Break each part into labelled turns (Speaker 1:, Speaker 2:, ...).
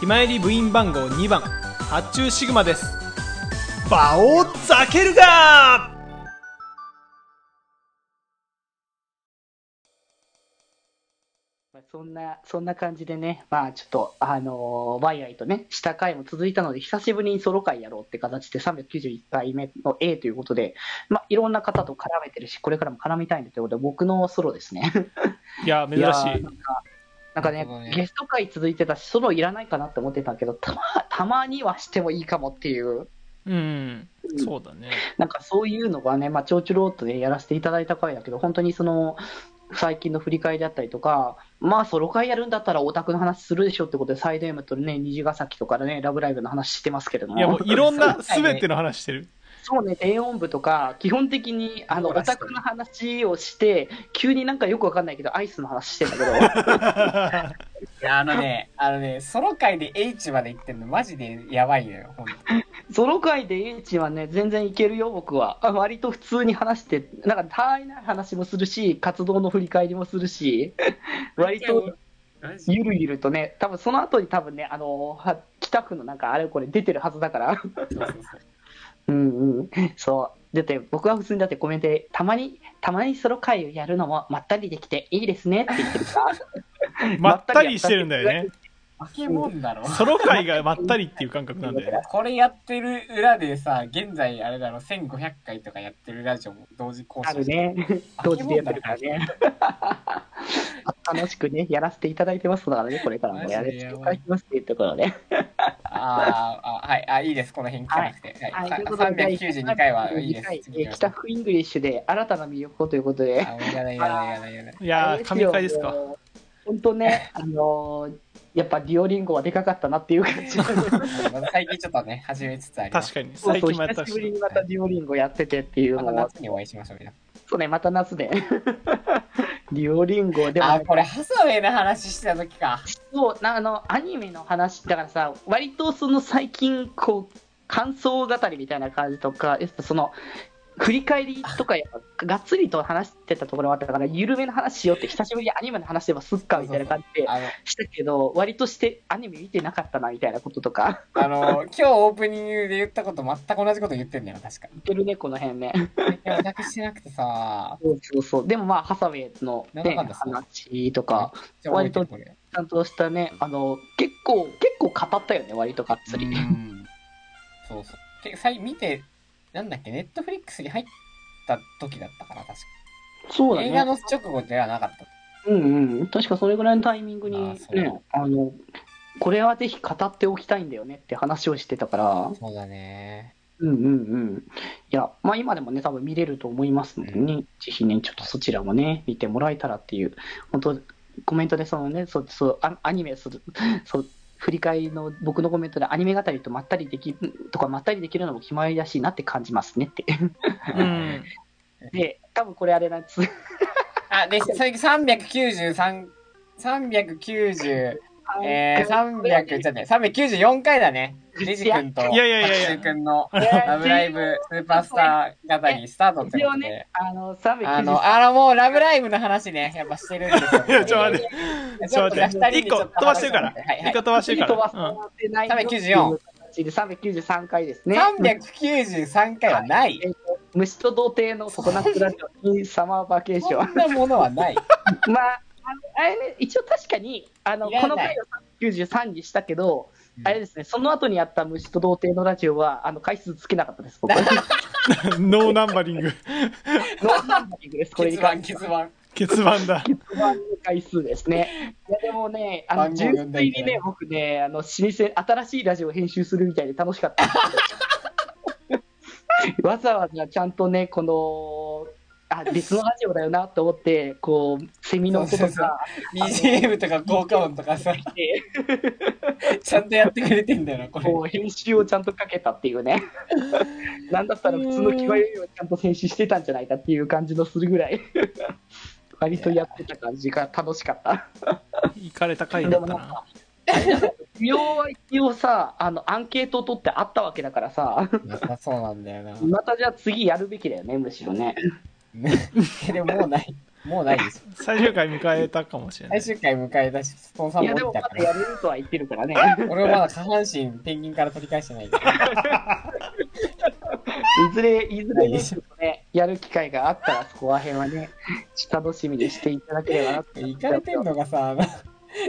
Speaker 1: ひまえり部員番号2番発注シグマですバオザケルガー
Speaker 2: まあそんな、そんな感じでね、まあちょっと、あのーワイアイとね、下回も続いたので、久しぶりにソロ回やろうって形で391回目の A ということで、まあいろんな方と絡めてるし、これからも絡みたいんだということで、僕のソロですね。
Speaker 1: いや珍
Speaker 2: いや
Speaker 1: し
Speaker 2: ー
Speaker 1: い
Speaker 2: なんかなんかね
Speaker 3: そうだね
Speaker 2: ゲスト回続いてたし、ソロいらないかなって思ってたけど、たま、たまにはしてもいいかもっていう、
Speaker 1: うんそうだね
Speaker 2: なんかそういうのがね、まあ、ちょうちょろっとね、やらせていただいた回だけど、本当にその、最近の振り返りだったりとか、まあ、ソロ回やるんだったらオタクの話するでしょってことで、サイド M とね、虹ヶ崎とかね、ラブライブの話してますけれども。
Speaker 1: いやもういろんな
Speaker 3: そうだね
Speaker 1: 全ての話してる
Speaker 2: そうね、低音部とか、基本的にあのオタクの話をして、急になんかよくわかんないけど、アイスの話してんだけ ど、
Speaker 3: いや、あのね、あのね、ソロ界で H まで行ってんの、マジでやばいのよ、ほんと。
Speaker 2: ソロ回で H はね、全然いけるよ、僕は。あ割と普通に話して、なんか、たわいない話もするし、活動の振り返りもす るし、割と
Speaker 3: マジで。
Speaker 2: ゆるゆるとね、多分その後に多分ね、あのは北区のなんか、あれこれ出てるはずだから、
Speaker 3: そうそうそう
Speaker 2: うんうん、 そう。だって、僕は普通にだってコメントで、たまに、たまにソロ回をやるのもまったりできていいですねって言ってるから。
Speaker 1: まったりしてるんだよね
Speaker 3: 化け物だろ。
Speaker 1: ソロ回がまったりっていう感覚なんだよね
Speaker 3: これやってる裏でさ、現在あれだろ、1500回とかやってるラジオも同時更
Speaker 2: あ
Speaker 3: 新
Speaker 2: る
Speaker 3: して
Speaker 2: ね。 同時でやってるからね。 楽しくね、やらせていただいてますからね、これからもやらせていただきますっていうところで。
Speaker 3: あーあ、はい、あ、いいです、この辺聞かなくて。はい、
Speaker 2: ということで
Speaker 3: 392回はいいです
Speaker 2: 第。
Speaker 3: 次
Speaker 2: 392
Speaker 3: 行
Speaker 2: 回
Speaker 3: き
Speaker 2: 北
Speaker 3: ましょう
Speaker 2: 福イングリッシュで新たな魅力をということで。
Speaker 3: あ、もういらない、いらない、いらないいらない。
Speaker 1: いやー神回ですか
Speaker 2: もう。本当ね、 あのーやっぱディオリンゴはでかかったなっていう 感じ。
Speaker 3: まだ最近ちょっとね、始めつつあります。
Speaker 1: 確かに
Speaker 2: そう
Speaker 1: 最
Speaker 2: そう
Speaker 1: 近もやっ
Speaker 2: 久
Speaker 1: た
Speaker 2: し
Speaker 1: し
Speaker 2: ぶりにまたディオリンゴやっててっていう
Speaker 3: また
Speaker 2: のは、
Speaker 3: 夏にお会いしましょう、皆さん
Speaker 2: そうね、また夏で。 ディオリンゴでも
Speaker 3: あ、これ、ハサウェイの話してた時か。
Speaker 2: そうなあのアニメの話だからさ割とその最近こう感想語りみたいな感じとかやっぱその振り返りとかやっぱがっつりと話してたところもあったから緩めの話しようって久しぶりにアニメの話でもすっかみたいな感じで
Speaker 3: あの、
Speaker 2: したけど割としてアニメ見てなかったなみたいなこととか
Speaker 3: あの、今日オープニングで言ったこと全く同じこと言ってんだよ、確か。
Speaker 2: いけるねこの辺ね
Speaker 3: 最近オタクしてなくてさ、
Speaker 2: そうそうそうでもまあハサウェイの、ね
Speaker 3: なんだかんだそう
Speaker 2: 話とか
Speaker 3: じゃあ覚えてるこれ。
Speaker 2: ちゃんとしたねあの結構結構語ったよね割とがっつり、
Speaker 3: うんそうそう。で、さい見て、なんだっけ、ネットフリックスに入った時だったから、確
Speaker 2: そうだ
Speaker 3: か。
Speaker 2: ね
Speaker 3: 映画の直後ではなかった。
Speaker 2: うんうん、確かそれぐらいのタイミングに
Speaker 3: あそう
Speaker 2: ね、あの、これはぜひ語っておきたいんだよねって話をしてたから、
Speaker 3: そうだね。
Speaker 2: うんうんうん。いや、まあ今でもね、多分見れると思いますのでね、ぜひね、ちょっとそちらもね、見てもらえたらっていう、本当コメントでそのね、そう、そう、アアニメ、そう、 そう、振り返りの僕のコメントでアニメ語りとまったりできる、とかまったりできるのも決まりだしいなって感じます ねって。
Speaker 1: うん
Speaker 2: で、多分これあれなんです。
Speaker 3: あ、で、最近393、390、えー、300、じゃね、394回だね。レジ君と、
Speaker 1: いやいやいやいや
Speaker 3: シュウ君の、ラ
Speaker 2: ラ
Speaker 3: ブライブ、スーパースター語りスタートって
Speaker 2: 一
Speaker 3: こ
Speaker 2: 応
Speaker 3: と
Speaker 2: ね
Speaker 3: で。、
Speaker 2: あの、390
Speaker 3: あの、あの、もう、ラブライブの話ね、やっぱしてるんですよ。
Speaker 1: いやちょっと待って
Speaker 3: て
Speaker 1: ちょっと待って一個飛ばしてるから
Speaker 3: はいは
Speaker 1: 一
Speaker 3: い
Speaker 1: 個。飛ばして
Speaker 2: 飛
Speaker 1: るから
Speaker 2: ばされてないよっていう形で393回ですね。
Speaker 3: 393回はない。
Speaker 2: えーと虫と童貞のココナッツラジオ in サマーバケーショ
Speaker 3: そ
Speaker 2: ン。
Speaker 3: んなものはない。
Speaker 2: まあ、あのあれね、一応確かに、あの、
Speaker 3: いら
Speaker 2: こ
Speaker 3: ない
Speaker 2: の回を93にしたけど、
Speaker 3: うん
Speaker 2: あれですね、その後にやった虫と童貞のラジオは、あの、回数つけなかったです、 僕。ノ
Speaker 1: うんノーナンバリング
Speaker 2: ーナンバリングです、これ
Speaker 3: 結
Speaker 2: に
Speaker 3: 番、
Speaker 2: 関して
Speaker 3: 結
Speaker 2: は。
Speaker 3: 番。
Speaker 1: 結番だ
Speaker 2: 一番の回数ですね。いやでもね、あ
Speaker 3: 番
Speaker 2: の
Speaker 3: 号
Speaker 2: 純
Speaker 3: 読んだらい
Speaker 2: 粋
Speaker 3: いん
Speaker 2: に
Speaker 3: じゃない
Speaker 2: ね、僕ね、あの老舗新しいラジオを編集するみたいで楽しかったん ですけど。わざわざちゃんとね、このあ別のラジオだよなと思って、こうセミの音
Speaker 3: そう
Speaker 2: と
Speaker 3: そうそう
Speaker 2: か
Speaker 3: BGM とか効果音と かさ、
Speaker 2: で、
Speaker 3: ちゃんとやってくれてんだよな、これ。
Speaker 2: こう編集をちゃんとかけたっていうね。なんだったら普通の際よりもちゃんと編集してたんじゃないかっていう感じのするぐらい。割とやってた感じが楽しかった。
Speaker 1: 行かれた回だったな
Speaker 2: 需要は一応さあのアンケートを取ってあったわけだからさ
Speaker 3: なさそうなんだよな。
Speaker 2: またじゃあ次やるべきだよねむしろね
Speaker 3: でももうない。もうないです。
Speaker 1: 最終回迎えたかもしれない
Speaker 3: 最。終回迎えたし、スポンサ
Speaker 2: い
Speaker 3: ー
Speaker 2: や、
Speaker 3: も
Speaker 2: で
Speaker 3: 降
Speaker 2: も
Speaker 3: りた
Speaker 2: ま
Speaker 3: か
Speaker 2: だ
Speaker 3: ら。
Speaker 2: やれるとは言ってるからね。
Speaker 3: 俺はまだ下半身、ペンギンから取り返してないから。
Speaker 2: いずれ、いずれ、ね、やる機会があったら、そこら辺はね、楽しみにしていただければなって。
Speaker 3: 行かれてんのがさ、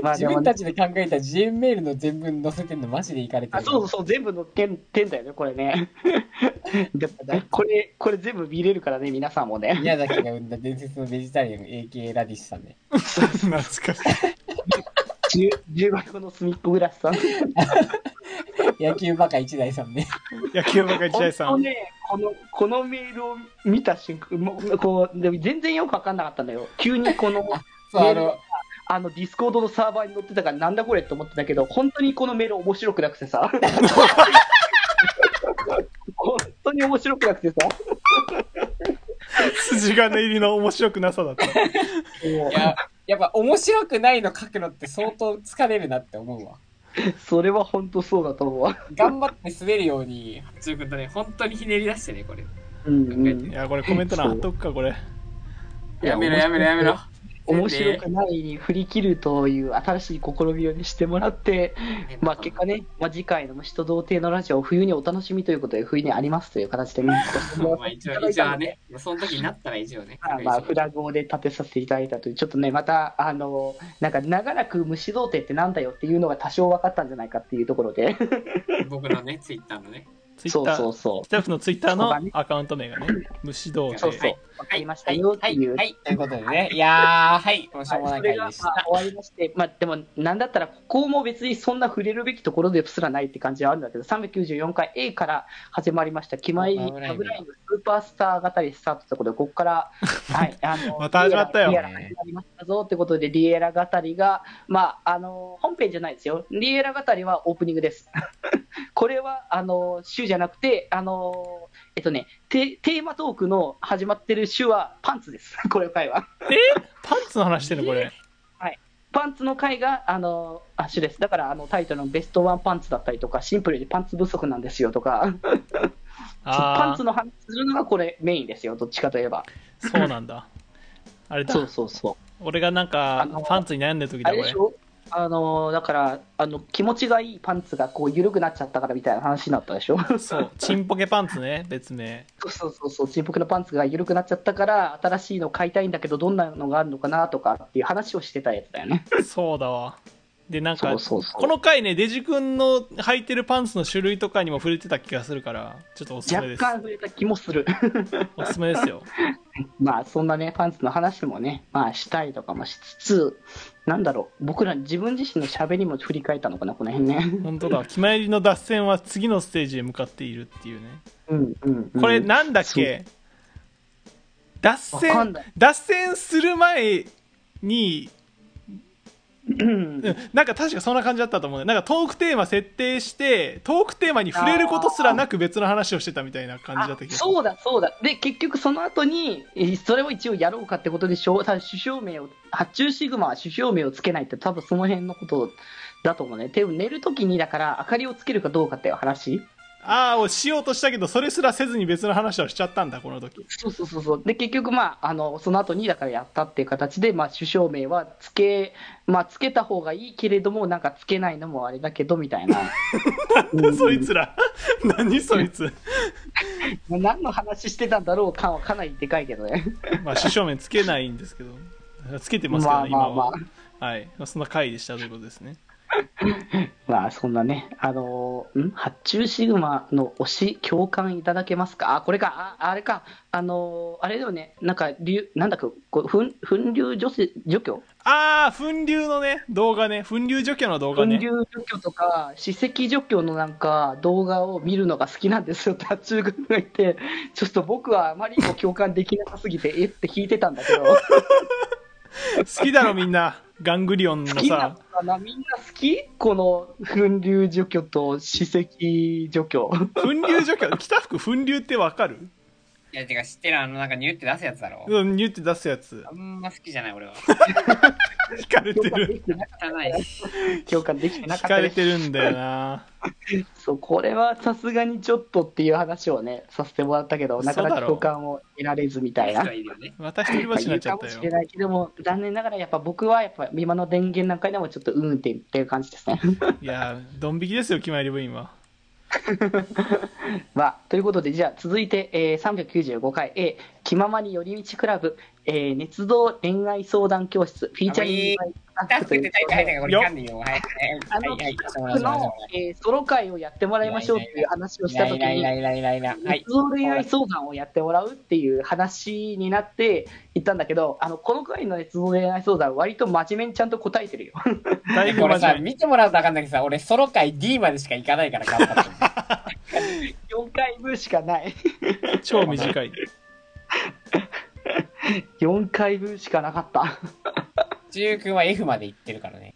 Speaker 2: まあ
Speaker 3: 自
Speaker 2: でも
Speaker 3: 分
Speaker 2: ね
Speaker 3: たちで考えた GM メールの全文載せてんのマジで行かれて
Speaker 2: あ
Speaker 3: る。
Speaker 2: そうそうそう、全部載ってんてんだよね、これね。で
Speaker 3: だ
Speaker 2: これ、これ全部見れるからね、皆さんもね。
Speaker 3: 宮崎が生んだ伝説のベジタリアン AK ラディッシュさんね。
Speaker 1: 懐かしい。
Speaker 2: 10 10倍後の隅っこグラスさん。
Speaker 3: 野球バカ一台さ んね。
Speaker 1: 野球バカ一大さ
Speaker 2: 本当
Speaker 1: ん。
Speaker 2: ね、この、このメールを見た瞬間、もうこう、でも全然よくわかんなかったんだよ。急にこの、
Speaker 3: そう、あの、
Speaker 2: あの、ディスコードのサーバーに載ってたから、なんだこれって思ってたけど、本当にこのメール面白くなくてさ。本当に面白くなくてさ。
Speaker 1: 筋金入りの面白くなさだった。
Speaker 2: もう
Speaker 3: いや、やっぱ面白くないの書くのって相当疲れるなって思うわ。
Speaker 2: それは本当そうだと思うわ。
Speaker 3: 頑張って滑るように、八中君とね、本当にひねり出してね、これ。
Speaker 2: うん、
Speaker 1: いや、これコメント欄貼っとくか、これ。
Speaker 3: やめろやめろやめろ。
Speaker 2: 面白くない振り切るという新しい試みをねしてもらって、まあ、結果ね、まあ、次回の虫と童貞のラジオを冬にお楽しみということで冬にありますという形 でね、
Speaker 3: まあ一応、一応ね、その時になったら以上ね。
Speaker 2: まあまあフラグをで立てさせていただいたというちょっとねまたあのなんか長らく虫童貞ってなんだよっていうのが多少分かったんじゃないかっていうところで
Speaker 3: 僕のね、ツイッターのね。
Speaker 1: ツイ
Speaker 2: そ
Speaker 1: ッ
Speaker 2: う
Speaker 1: タ
Speaker 2: そ
Speaker 1: ー
Speaker 2: う、そ
Speaker 1: スタッフのツイッターのアカウント名がね、虫童
Speaker 2: うそう
Speaker 1: 貞
Speaker 2: そ。う分かりましたよっ
Speaker 3: は
Speaker 2: て
Speaker 3: い、
Speaker 2: いう
Speaker 3: は。い、ということでね。いやー、はい、もうしょうもな
Speaker 2: そ
Speaker 3: い
Speaker 2: れ
Speaker 3: 回
Speaker 2: がまあ
Speaker 3: でした。
Speaker 2: 終わりまして、まあ、でも、なんだったら、ここも別にそんな触れるべきところですらないって感じはあるんだけど、394回 A から始まりました、気前
Speaker 3: ラ
Speaker 2: ラ
Speaker 3: ブ
Speaker 2: ブ
Speaker 3: ライブ
Speaker 2: ライブのスーパースター型でスタートということで、ここ から、はい、あの
Speaker 1: また始まったよ
Speaker 2: リエラリエラ始まりましたぞということで、リエラ語りが、まあ、あの、本編じゃないですよ、リエラ語りはオープニングです。 これは、あの、週じゃなくて、あの、えっとね、テテーマトークの始まってる週はパンツです、これ回は。
Speaker 1: パンツの話してるの、これ。
Speaker 2: パンツの回が、あの、あ、主です。だから、あの、タイトルのベストワンパンツだったりとか、シンプルにパンツ不足なんですよとか、パ
Speaker 1: あ
Speaker 2: ンツの話するのがこれメインですよ、どっちかといえば。
Speaker 1: あ、そうなんだ。あれだ
Speaker 2: そう、そうそう。
Speaker 1: 俺がなん
Speaker 2: あ
Speaker 1: か
Speaker 2: の、
Speaker 1: パンツに悩んでる時
Speaker 2: あ
Speaker 1: だ、こ
Speaker 2: れで
Speaker 1: れ
Speaker 2: し。ょあの、だから、あの、気持ちがいいパンツがこう、緩くなっちゃったからみたいな話になったで しょ
Speaker 1: そう、チンポケパンツね、別名。
Speaker 2: そうそうそうそう、沈黙のパンツが緩くなっちゃったから、新しいの買いたいんだけど、どんなのがあるのかなとかっていう話をしてたやつだよね。
Speaker 1: そうだわ。で、なん
Speaker 2: そ
Speaker 1: か
Speaker 2: う、そうそう。
Speaker 1: この回ね、デジ君の履いてるパンツの種類とかにも触れてた気がするから、ちょっとおすすめ
Speaker 2: 若
Speaker 1: です。
Speaker 2: 干触れた気もする。
Speaker 1: おすすめですよ。
Speaker 2: まあそんなねパンツの話もねまあしたりとかもしつつなんだろう僕ら自分自身の喋りも振り返ったのかなこの辺ね
Speaker 1: 本当だ。決まりの脱線は次のステージへ向かっているっていうね。
Speaker 2: うんうん、うん、
Speaker 1: これ なんだっけ、脱
Speaker 2: わかん
Speaker 1: 線
Speaker 2: ない、
Speaker 1: 脱線する前に、
Speaker 2: うん
Speaker 1: うんなんか確かそんな感じだったと思うね。なんかトークテーマ設定して、トークテーマに触れることすらなく別の話をしてたみたいな感じだ
Speaker 2: あ
Speaker 1: った気がする。
Speaker 2: そうだそうだで結局その後にえーそれを一応やろうかってことでしょ多分首相名を発注シグマは首相名をつけないって多分その辺のことだと思うねでも寝るときにだから明かりをつけるかどうかっていう話
Speaker 1: ああ、をしようとしたけど、それすらせずに別の話をしちゃったんだ、この時。
Speaker 2: そうそうそうそう。で、結局、まあ、あの、その後に、だからやったっていう形で、まあ、首相名はつけ、まあ、つけた方がいいけれども、なんかつけないのもあれだけど、み たいな。うん
Speaker 1: そいつら。 何そいつ。
Speaker 2: もう何の話してたんだろう感はかなりでかいけどね。
Speaker 1: まあ、主正面つけないんですけど。つけてますけど、
Speaker 2: まあまあ
Speaker 1: 今
Speaker 2: ま
Speaker 1: は
Speaker 2: あ。。
Speaker 1: はい。そんな回でしたということですね。
Speaker 2: まあ、そんなね、あのーん発注シグマの推し、共感いただけますかあ、これか、ああれか、あのーあれだよね、なんか、流なんだっけ、こう粉粉流除せ除去
Speaker 1: ああ、粉流のね、動画ね。粉流除去の動画
Speaker 2: 分
Speaker 1: ね。
Speaker 2: 流除去とか、歯石除去のなんか動画を見るのが好きなんですよって、あっちゅう君がいて、 ちょっと僕はあまりにも共感できなさすぎて、えって聞いてたんだけど、
Speaker 1: 好きだろみんなガングリオン
Speaker 2: 好
Speaker 1: の
Speaker 2: きなの
Speaker 1: さ
Speaker 2: かな、みんな好きこの分流除去と歯石除去。
Speaker 1: 粉流除去着た服粉流ってわかる
Speaker 3: いや、てか知ってるあの、なんかニュって出すやつだろ。
Speaker 1: うん、ニュって出すやつ
Speaker 3: あ。んま好きじゃない、俺は。
Speaker 1: 惹かれて
Speaker 2: 共感
Speaker 1: る。
Speaker 2: できてな
Speaker 3: 汚いし。
Speaker 2: 共感できてなか
Speaker 1: 惹
Speaker 2: っ
Speaker 1: か
Speaker 2: た
Speaker 1: れ
Speaker 2: です。
Speaker 1: てるんだよな。
Speaker 2: そう、これはさすがにちょっとっていう話をね、させてもらったけど、なかな
Speaker 1: そうだ
Speaker 2: か
Speaker 1: ろう
Speaker 2: 共感を得られずみたいな。
Speaker 3: 人いるよね。
Speaker 1: 私一人ぼっちになっちゃった
Speaker 2: 言うかもしれ
Speaker 1: よ。
Speaker 2: ないけども、残念ながらやっぱ僕はやっぱ今の電源なんかでもちょっとうんって言ってる感じですね。
Speaker 1: いやー、ドン引きですよ、決まり部員は。
Speaker 2: まあ、ということで、じゃあ続いて、えー、395回 A、気ままに寄り道クラブ、えー、熱動恋愛相談教室、フィーチャリングバイ
Speaker 3: 助けて大会だから、これ噛んでいいよ。はい。
Speaker 2: あ
Speaker 3: はい。
Speaker 2: の
Speaker 3: はい。
Speaker 2: 僕の、えーソロ会をやってもらいましょうっていう話をしたとき
Speaker 3: ライ
Speaker 2: に
Speaker 3: ラ、イライライライラはい
Speaker 2: 熱。動恋愛相談をやってもらうっていう話になっていったんだけど、あのこの回の熱動恋愛相談、割と真面目にちゃんと答えてるよ。
Speaker 1: だいぶ
Speaker 3: これ
Speaker 1: 真
Speaker 3: さ、
Speaker 1: 面目。
Speaker 3: 見てもらうと分かんないけどさ、俺、ソロ回 D までしか行かないから、頑張って。
Speaker 2: 4回分しかない。
Speaker 1: 超短い。
Speaker 2: 4回分しかなかった。
Speaker 3: 中君は F まで行ってるからね。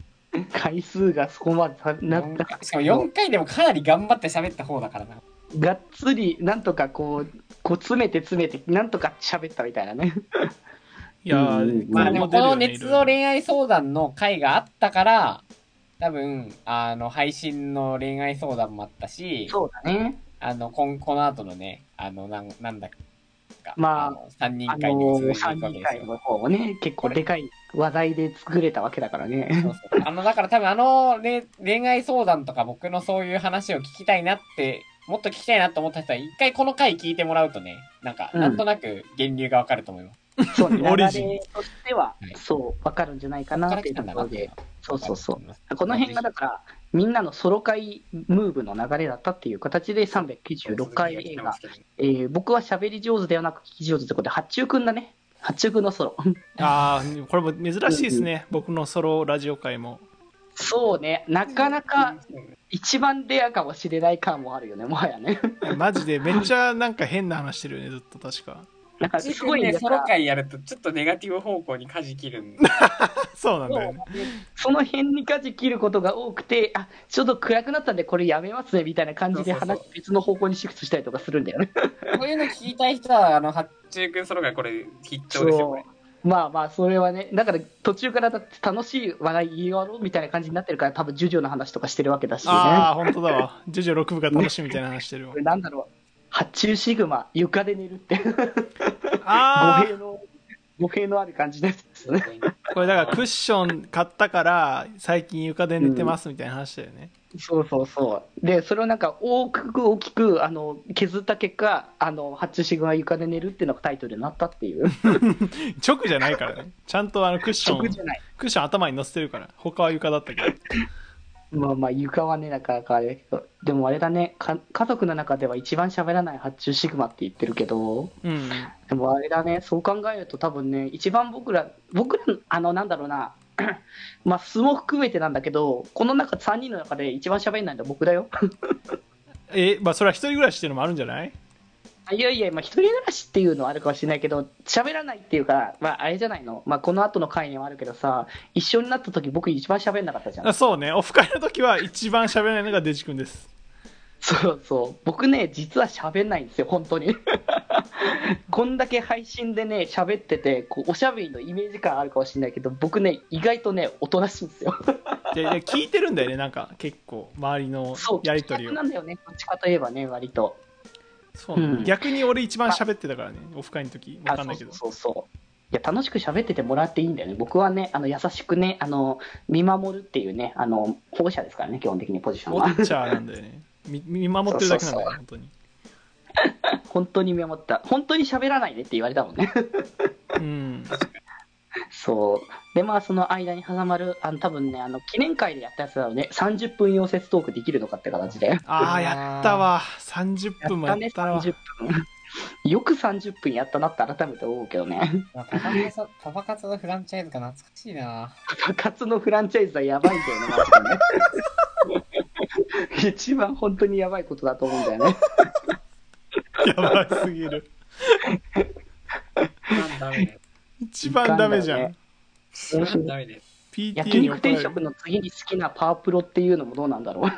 Speaker 2: 回数がそこまでたなっ
Speaker 3: 四
Speaker 2: た
Speaker 3: 回しかも4回でもかなり頑張って喋った方だからな。
Speaker 2: がっつりなんとかこうこう詰めて詰めてなんとか喋ったみたいなね
Speaker 1: いや
Speaker 2: うんうん
Speaker 1: ー、
Speaker 3: まあでもこの
Speaker 1: 出るよね
Speaker 3: 熱の恋愛相談の回があったから、多分、あの、配信の恋愛相談もあったし、
Speaker 2: そうだね
Speaker 3: あの、こんこの後のね、あの、なんなんだか、
Speaker 2: まあ
Speaker 3: の、3人
Speaker 2: あ
Speaker 3: 会に
Speaker 2: の
Speaker 3: 続いていく
Speaker 2: 3
Speaker 3: わけ
Speaker 2: 人
Speaker 3: です
Speaker 2: 会
Speaker 3: よ。
Speaker 2: の方もね結構でかい話題で作れたわけだからね
Speaker 3: そうそうあの、だから多分あの、ね、恋愛相談とか僕のそういう話を聞きたいなって、もっと聞きたいなと思った人は、一回この回聞いてもらうとね、なんか、
Speaker 2: うん
Speaker 3: なんとなく源流がわかると思います。
Speaker 2: そうね
Speaker 1: オリ
Speaker 2: 流れと
Speaker 1: ジン
Speaker 2: しては
Speaker 3: はい
Speaker 2: そう分かるんじゃないかなっていうところでそうそうそうこの辺がだからみんなのソロ会ムーブの流れだったっていう形で396回映画、えー僕は喋り上手ではなく聞き上手ってことで八中くんだね八中くんのソロ
Speaker 1: あー、これも珍しいですね。僕のソロラジオ会も。
Speaker 2: そうね、なかなか一番レアかもしれない感もあるよね、もはやね。
Speaker 1: マジでめっちゃなんか変な話してるよね、ずっと確か。
Speaker 2: なんかす
Speaker 3: す
Speaker 2: ご
Speaker 3: ご
Speaker 2: い
Speaker 3: い
Speaker 2: なん
Speaker 3: ね、
Speaker 2: か
Speaker 3: ソロ回やるとちょっとネガティブ方向に舵切るんで。
Speaker 1: そうなんだよね。
Speaker 2: その辺に舵切ることが多くて、あちょっと暗くなったんで、これやめますねみたいな感じで
Speaker 3: そうそうそう
Speaker 2: 話、別の方向にシフトしたりとかするんだよね。
Speaker 3: こういうの聞きたい人は、あの、八中君ソロ回これ必聴ですよ、これ。
Speaker 2: まあまあ、それはね、だから途中からだって楽しい話題言い終わろうみたいな感じになってるから、多分ジョジョの話とかしてるわけだしね。
Speaker 1: ああ、本当だわ。ジョジョ6部が楽しいみたいな話してるわ
Speaker 2: こ。れなんだろう、発注シグマ、床で寝るって、語
Speaker 1: あ
Speaker 2: 弊の、語弊のある感じですよね。
Speaker 1: あ、これだからクッション買ったから、最近床で寝てますみたいな話だよね。
Speaker 2: そうそうそう。で、それをなんか大きく大きくあの削った結果、あのハッチシグマ床で寝るっていうのがタイトルになったっていう。
Speaker 1: 直じゃないからね。ちゃんとあのクッション、
Speaker 2: 直じゃない。
Speaker 1: クッション頭に乗せてるから。他は床だったけど。
Speaker 2: まあまあ床はね、なかなかあれだけど、でもあれだね、か家族の中では一番喋らない発注シグマって言ってるけど、
Speaker 1: うん。
Speaker 2: でもあれだね、そう考えると多分ね、一番僕ら、僕ら、あの、なんだろうな、 まあ素も含めてなんだけど、この中、3人の中で一番喋んないのは僕だよ。
Speaker 1: え、まあそれは一人暮らしっていうのもあるんじゃない
Speaker 2: あいやいや、まあ、一人暮らしっていうのはあるかもしれないけど、喋らないっていうか、まあ、あれじゃないの、まあ、この後の回にもあるけどさ、一緒になった時僕、一番喋んなかったじゃ
Speaker 1: あ
Speaker 2: ん。
Speaker 1: そうね。オフ会の時は一番喋れないのがデジ君です。
Speaker 2: そうそう、僕ね、実は喋んないんですよ、本 当に。こんだけ配信でね、喋ってて、こうおしゃべりのイメージ感あるかもしれないけど、僕ね、意外とね、おとなしいんですよ。
Speaker 1: で、で聞いてるんだよね。なんか結構、周りの
Speaker 2: そう、
Speaker 1: やりとり
Speaker 2: 聞
Speaker 1: を
Speaker 2: きたく。なんだよね、どっちかといえばね、割と。
Speaker 1: そうね
Speaker 2: うん
Speaker 1: 逆に俺一番喋ってたからね。オフ会の時。わ
Speaker 2: あ
Speaker 1: かん
Speaker 2: そ
Speaker 1: な
Speaker 2: う
Speaker 1: いけ
Speaker 2: そ
Speaker 1: ど
Speaker 2: う。そうそういや楽しく喋っててもらっていいんだよね、僕はね、あの優しくねあの、見守るっていうねあの、保護者ですからね、基本的にポジション
Speaker 1: ウォ
Speaker 2: は。
Speaker 1: ッチャーなんだよね。み見守ってるだけなんだよ、
Speaker 2: そうそうそ
Speaker 1: 本当
Speaker 2: う
Speaker 1: に。
Speaker 2: 本当に見守った、本当に喋らないでって言われたもんね。
Speaker 1: う ん。
Speaker 2: そうで、まあ、その間に挟まる、あの多分ねあの、記念会でやったやつだろうね、30分溶接トークできるのかって形で。
Speaker 1: ああ、やったわ。30分もや
Speaker 2: ね、
Speaker 1: ったわ。
Speaker 2: 30分。よく30分やったなって改めて思うけどね。
Speaker 3: まあパパ活のパパ活のフランチャイズか懐かしい な。
Speaker 2: パパ活のフランチャイズはやばいんだよね、マジでね。 一番本当にやばいことだと思うんだよね。
Speaker 1: やばすぎる。
Speaker 3: ダメだよ。
Speaker 1: 一番ダメじゃん。
Speaker 2: ダメ
Speaker 3: ダメだよ。
Speaker 1: PTA
Speaker 2: 焼
Speaker 1: に
Speaker 2: 肉
Speaker 1: 怒られ
Speaker 2: 定
Speaker 1: る
Speaker 2: 食。の次に好きなパワー プロっていうのもどうなんだろう。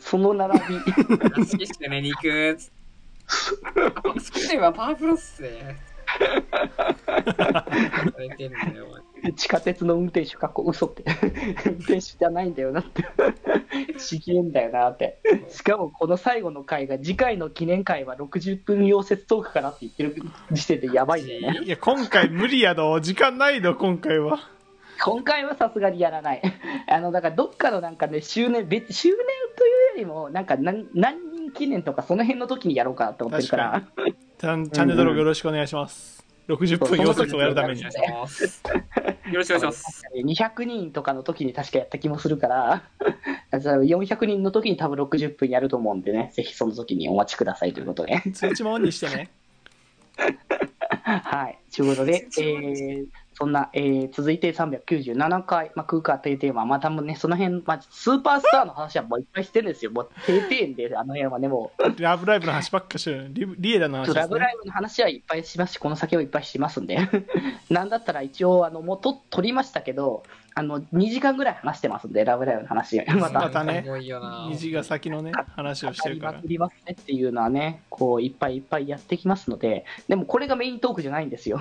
Speaker 2: その並び。
Speaker 3: 好きしてね、肉。スキルはパワープロっすね。されてんだよ、お前
Speaker 2: 地下鉄の運転手かっこ嘘って 運転手じゃないんだよなって ちげえんだよなってしかもこの最後の回が次回の記念会は60分溶接トークかなって言ってる時点でやばいんだよね
Speaker 1: いや、今回無理やど。時間ないど、今回は。
Speaker 2: 今回はさすがにやらない あのだからどっかのなんかね周年別周年というよりもなんか何何人記念とかその辺の時にやろうかなって思ってるから
Speaker 1: 確チャンチャンネル登録よろしくお願いします。60分要素をやるために
Speaker 3: お。願いしますよろしくお願いします。
Speaker 2: 200人とかの時に確かやった気もするから 400人の時に多分60分やると思うんでねぜひその時にお待ちくださいということで
Speaker 1: 通知もオンにしてね。
Speaker 2: はいということで、えーそんな、えー続いて397回「まあ、空間」というテーマまあ多分ねその辺、まあ、スーパースターの話はもういっぱいしてるんですよもう定点であの辺はねもう
Speaker 1: ラブライブの話ばっかしてる。リリエダの話で
Speaker 2: ラ
Speaker 1: す
Speaker 2: ブ
Speaker 1: ね
Speaker 2: ラ。イブ!」の話はいっぱいしますしこの先はいっぱいしますんで なんだったら一応あのもうと撮りましたけどあの2時間ぐらい話してますんで「ラブライブ!」の話 また
Speaker 1: またね
Speaker 3: すごいよな
Speaker 1: 虹が先のね、話をして
Speaker 2: 語
Speaker 1: る
Speaker 2: り
Speaker 1: か
Speaker 2: ま
Speaker 1: ら
Speaker 2: く。りますねっていうのはね、こういっぱいいっぱいやってきますので、でもこれがメイントークじゃないんですよ。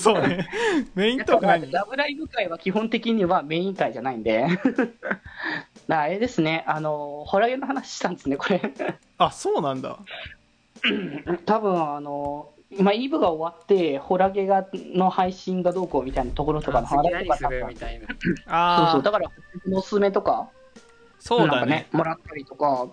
Speaker 1: そうね。メイントークないんだ。
Speaker 2: ラブライブ会は基本的にはメイン会じゃないんで、 なあれですね、あの、ホラゲの話したんですね、これ。
Speaker 1: あ、そうなんだ。
Speaker 2: 多分あの、今、イブが終わって、ホラゲがの配信がどうこうみたいなところとかの
Speaker 3: 次
Speaker 2: 話と
Speaker 3: 何
Speaker 2: か
Speaker 3: するみたいな。
Speaker 2: そうそ
Speaker 1: あ
Speaker 2: う、だから、おすすめとか、
Speaker 1: そう
Speaker 2: なん
Speaker 1: だ
Speaker 2: かね
Speaker 1: ね。
Speaker 2: もらったりとか、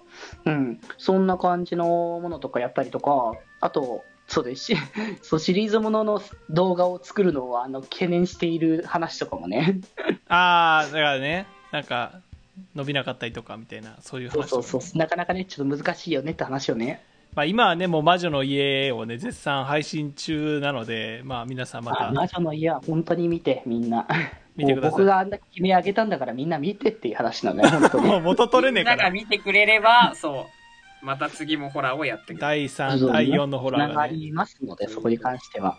Speaker 2: うん、そんな感じのものとかやったりとかあとそうです しそうシリーズものの動画を作るのはあの懸念している話とかもね
Speaker 1: ああ、だからね、なんか、伸びなかったりとかみたいな、 そういう
Speaker 2: そう
Speaker 1: 話
Speaker 2: そう
Speaker 1: を
Speaker 2: そうなかなかねちょっと難しいよねって話をね
Speaker 1: まあ今はね、もう魔女の家をね、絶賛配信中なので、まあ皆さんま
Speaker 2: あ
Speaker 1: た
Speaker 2: 魔女の家は本当に見てみんな
Speaker 1: 見てくだ
Speaker 2: もう
Speaker 1: さい
Speaker 2: 僕。があんだけ決め上げたんだからみんな見てっていう話 なのよ本当に
Speaker 1: もう元取れねえか
Speaker 3: みんなが
Speaker 1: ら。
Speaker 3: 見てくれれば、そう。また次もホラーをやってくれる。
Speaker 1: 第3、第4のホラー
Speaker 2: つなが
Speaker 1: がね。
Speaker 2: りますので、そこに関しては。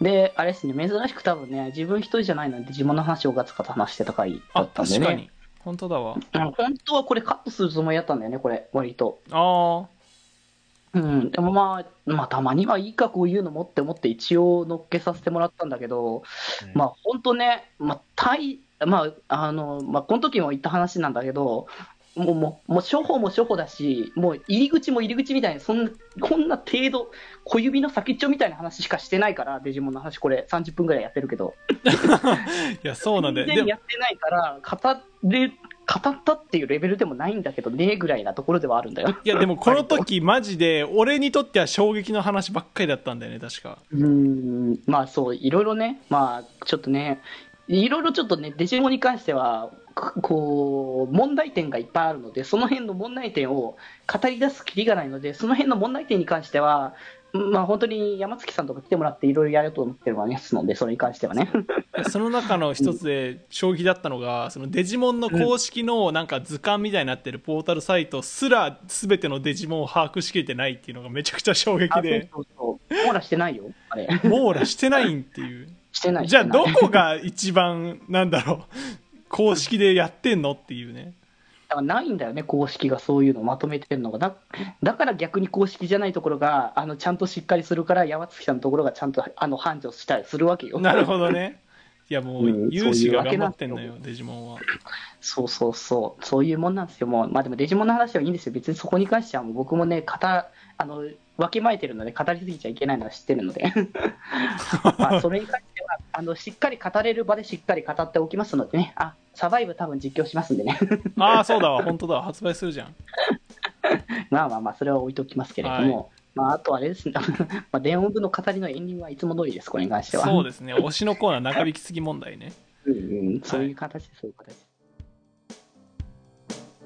Speaker 2: で、あれですね、珍しく多分ね、自分一人じゃないので、自分の話をおがつかと話してた回だ
Speaker 1: あ、
Speaker 2: ったんで、ね、
Speaker 1: 確かに。本当だわ。
Speaker 2: あの本当はこれカットするつもりだったんだよね、これ、割と。
Speaker 1: あ
Speaker 2: うん、でもまあ、まあ、たまにはいいか、こういうのもって思って、一応乗っけさせてもらったんだけど、
Speaker 1: うん
Speaker 2: まあ、本当ね、まあ、大、まあ、あの、まあ、この時も言った話なんだけど、もう、もう、もう処方も処方だし、もう、入り口も入り口みたいな、そんな、こんな程度、小指の先っちょみたいな話しかしてないから、デジモンの話、これ、30分ぐらいやってるけど。
Speaker 1: あ。いや、そうなんだよ。で
Speaker 2: 全然
Speaker 1: も
Speaker 2: やってないから語れ語ったっていうレベルでもないんだけどねぐらいなところではあるんだよ。
Speaker 1: いやでもこの時マジで俺にとっては衝撃の話ばっかりだったんだよね確か
Speaker 2: うーんまあそういろいろねまあちょっとねいろいろちょっとねデジモンに関してはここう問題点がいっぱいあるのでその辺の問題点を語り出すきりがないのでその辺の問題点に関してはまあ本当に山月さんとか来てもらっていろいろやると思ってるますのでそれに関してはね。
Speaker 1: その中の一つで衝撃だったのがそのデジモンの公式のなんか図鑑みたいになってるポータルサイトすら全てのデジモンを把握しきれてないっていうのがめちゃくちゃ衝
Speaker 2: あ
Speaker 1: 撃
Speaker 2: そう
Speaker 1: で
Speaker 2: そうそう網羅してないよあれ
Speaker 1: 網羅してないんっていう
Speaker 2: してない
Speaker 1: じゃあ
Speaker 2: してない
Speaker 1: どこが一番なんだろう公式でやってんのっていう ね
Speaker 2: だからないんだよね、公式がそういうのをまとめてるのが。だだから逆に公式じゃないところが、あのちゃんとしっかりするから、山月さんのところがちゃんとあの繁盛したりするわけよ。
Speaker 1: なるほどねいやも
Speaker 2: う
Speaker 1: うん有志が
Speaker 2: そう
Speaker 1: 頑
Speaker 2: いう
Speaker 1: 張
Speaker 2: わ
Speaker 1: っ
Speaker 2: け
Speaker 1: て
Speaker 2: なん
Speaker 1: だ
Speaker 2: んですよ
Speaker 1: よデジモンは
Speaker 2: そうそうそう、そういうもんなんですよ、もう。まあでも、デジモンの話はいいんですよ。別にそこに関しては、もう僕もね、語あのわきまえてるので、語りすぎちゃいけないのは知ってる ので。まあそれに関してはあの、しっかり語れる場でしっかり語っておきますのでね。あサバイブ多分実況しますんでね。
Speaker 1: ああそうだわ本当だわ発売するじゃん
Speaker 2: まあまあまあ、それは置いておきますけれども、まあ、あとあれですね、 まあ、電音部の語りのエンディングはいつも通りです、これに関しては。
Speaker 1: そうですね推しのコーナー長引きすぎ問題ね
Speaker 2: うんうんそういう形です、そういう形です。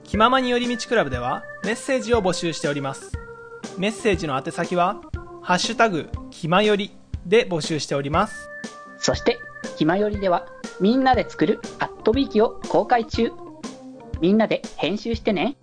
Speaker 1: 気ままに寄り道クラブではメッセージを募集しておりますメッセージの宛先は「ハッシュタグ気まより」で募集しております
Speaker 2: そして、ひまよりでは、みんなで作るアットビーキを公開中。みんなで編集してね。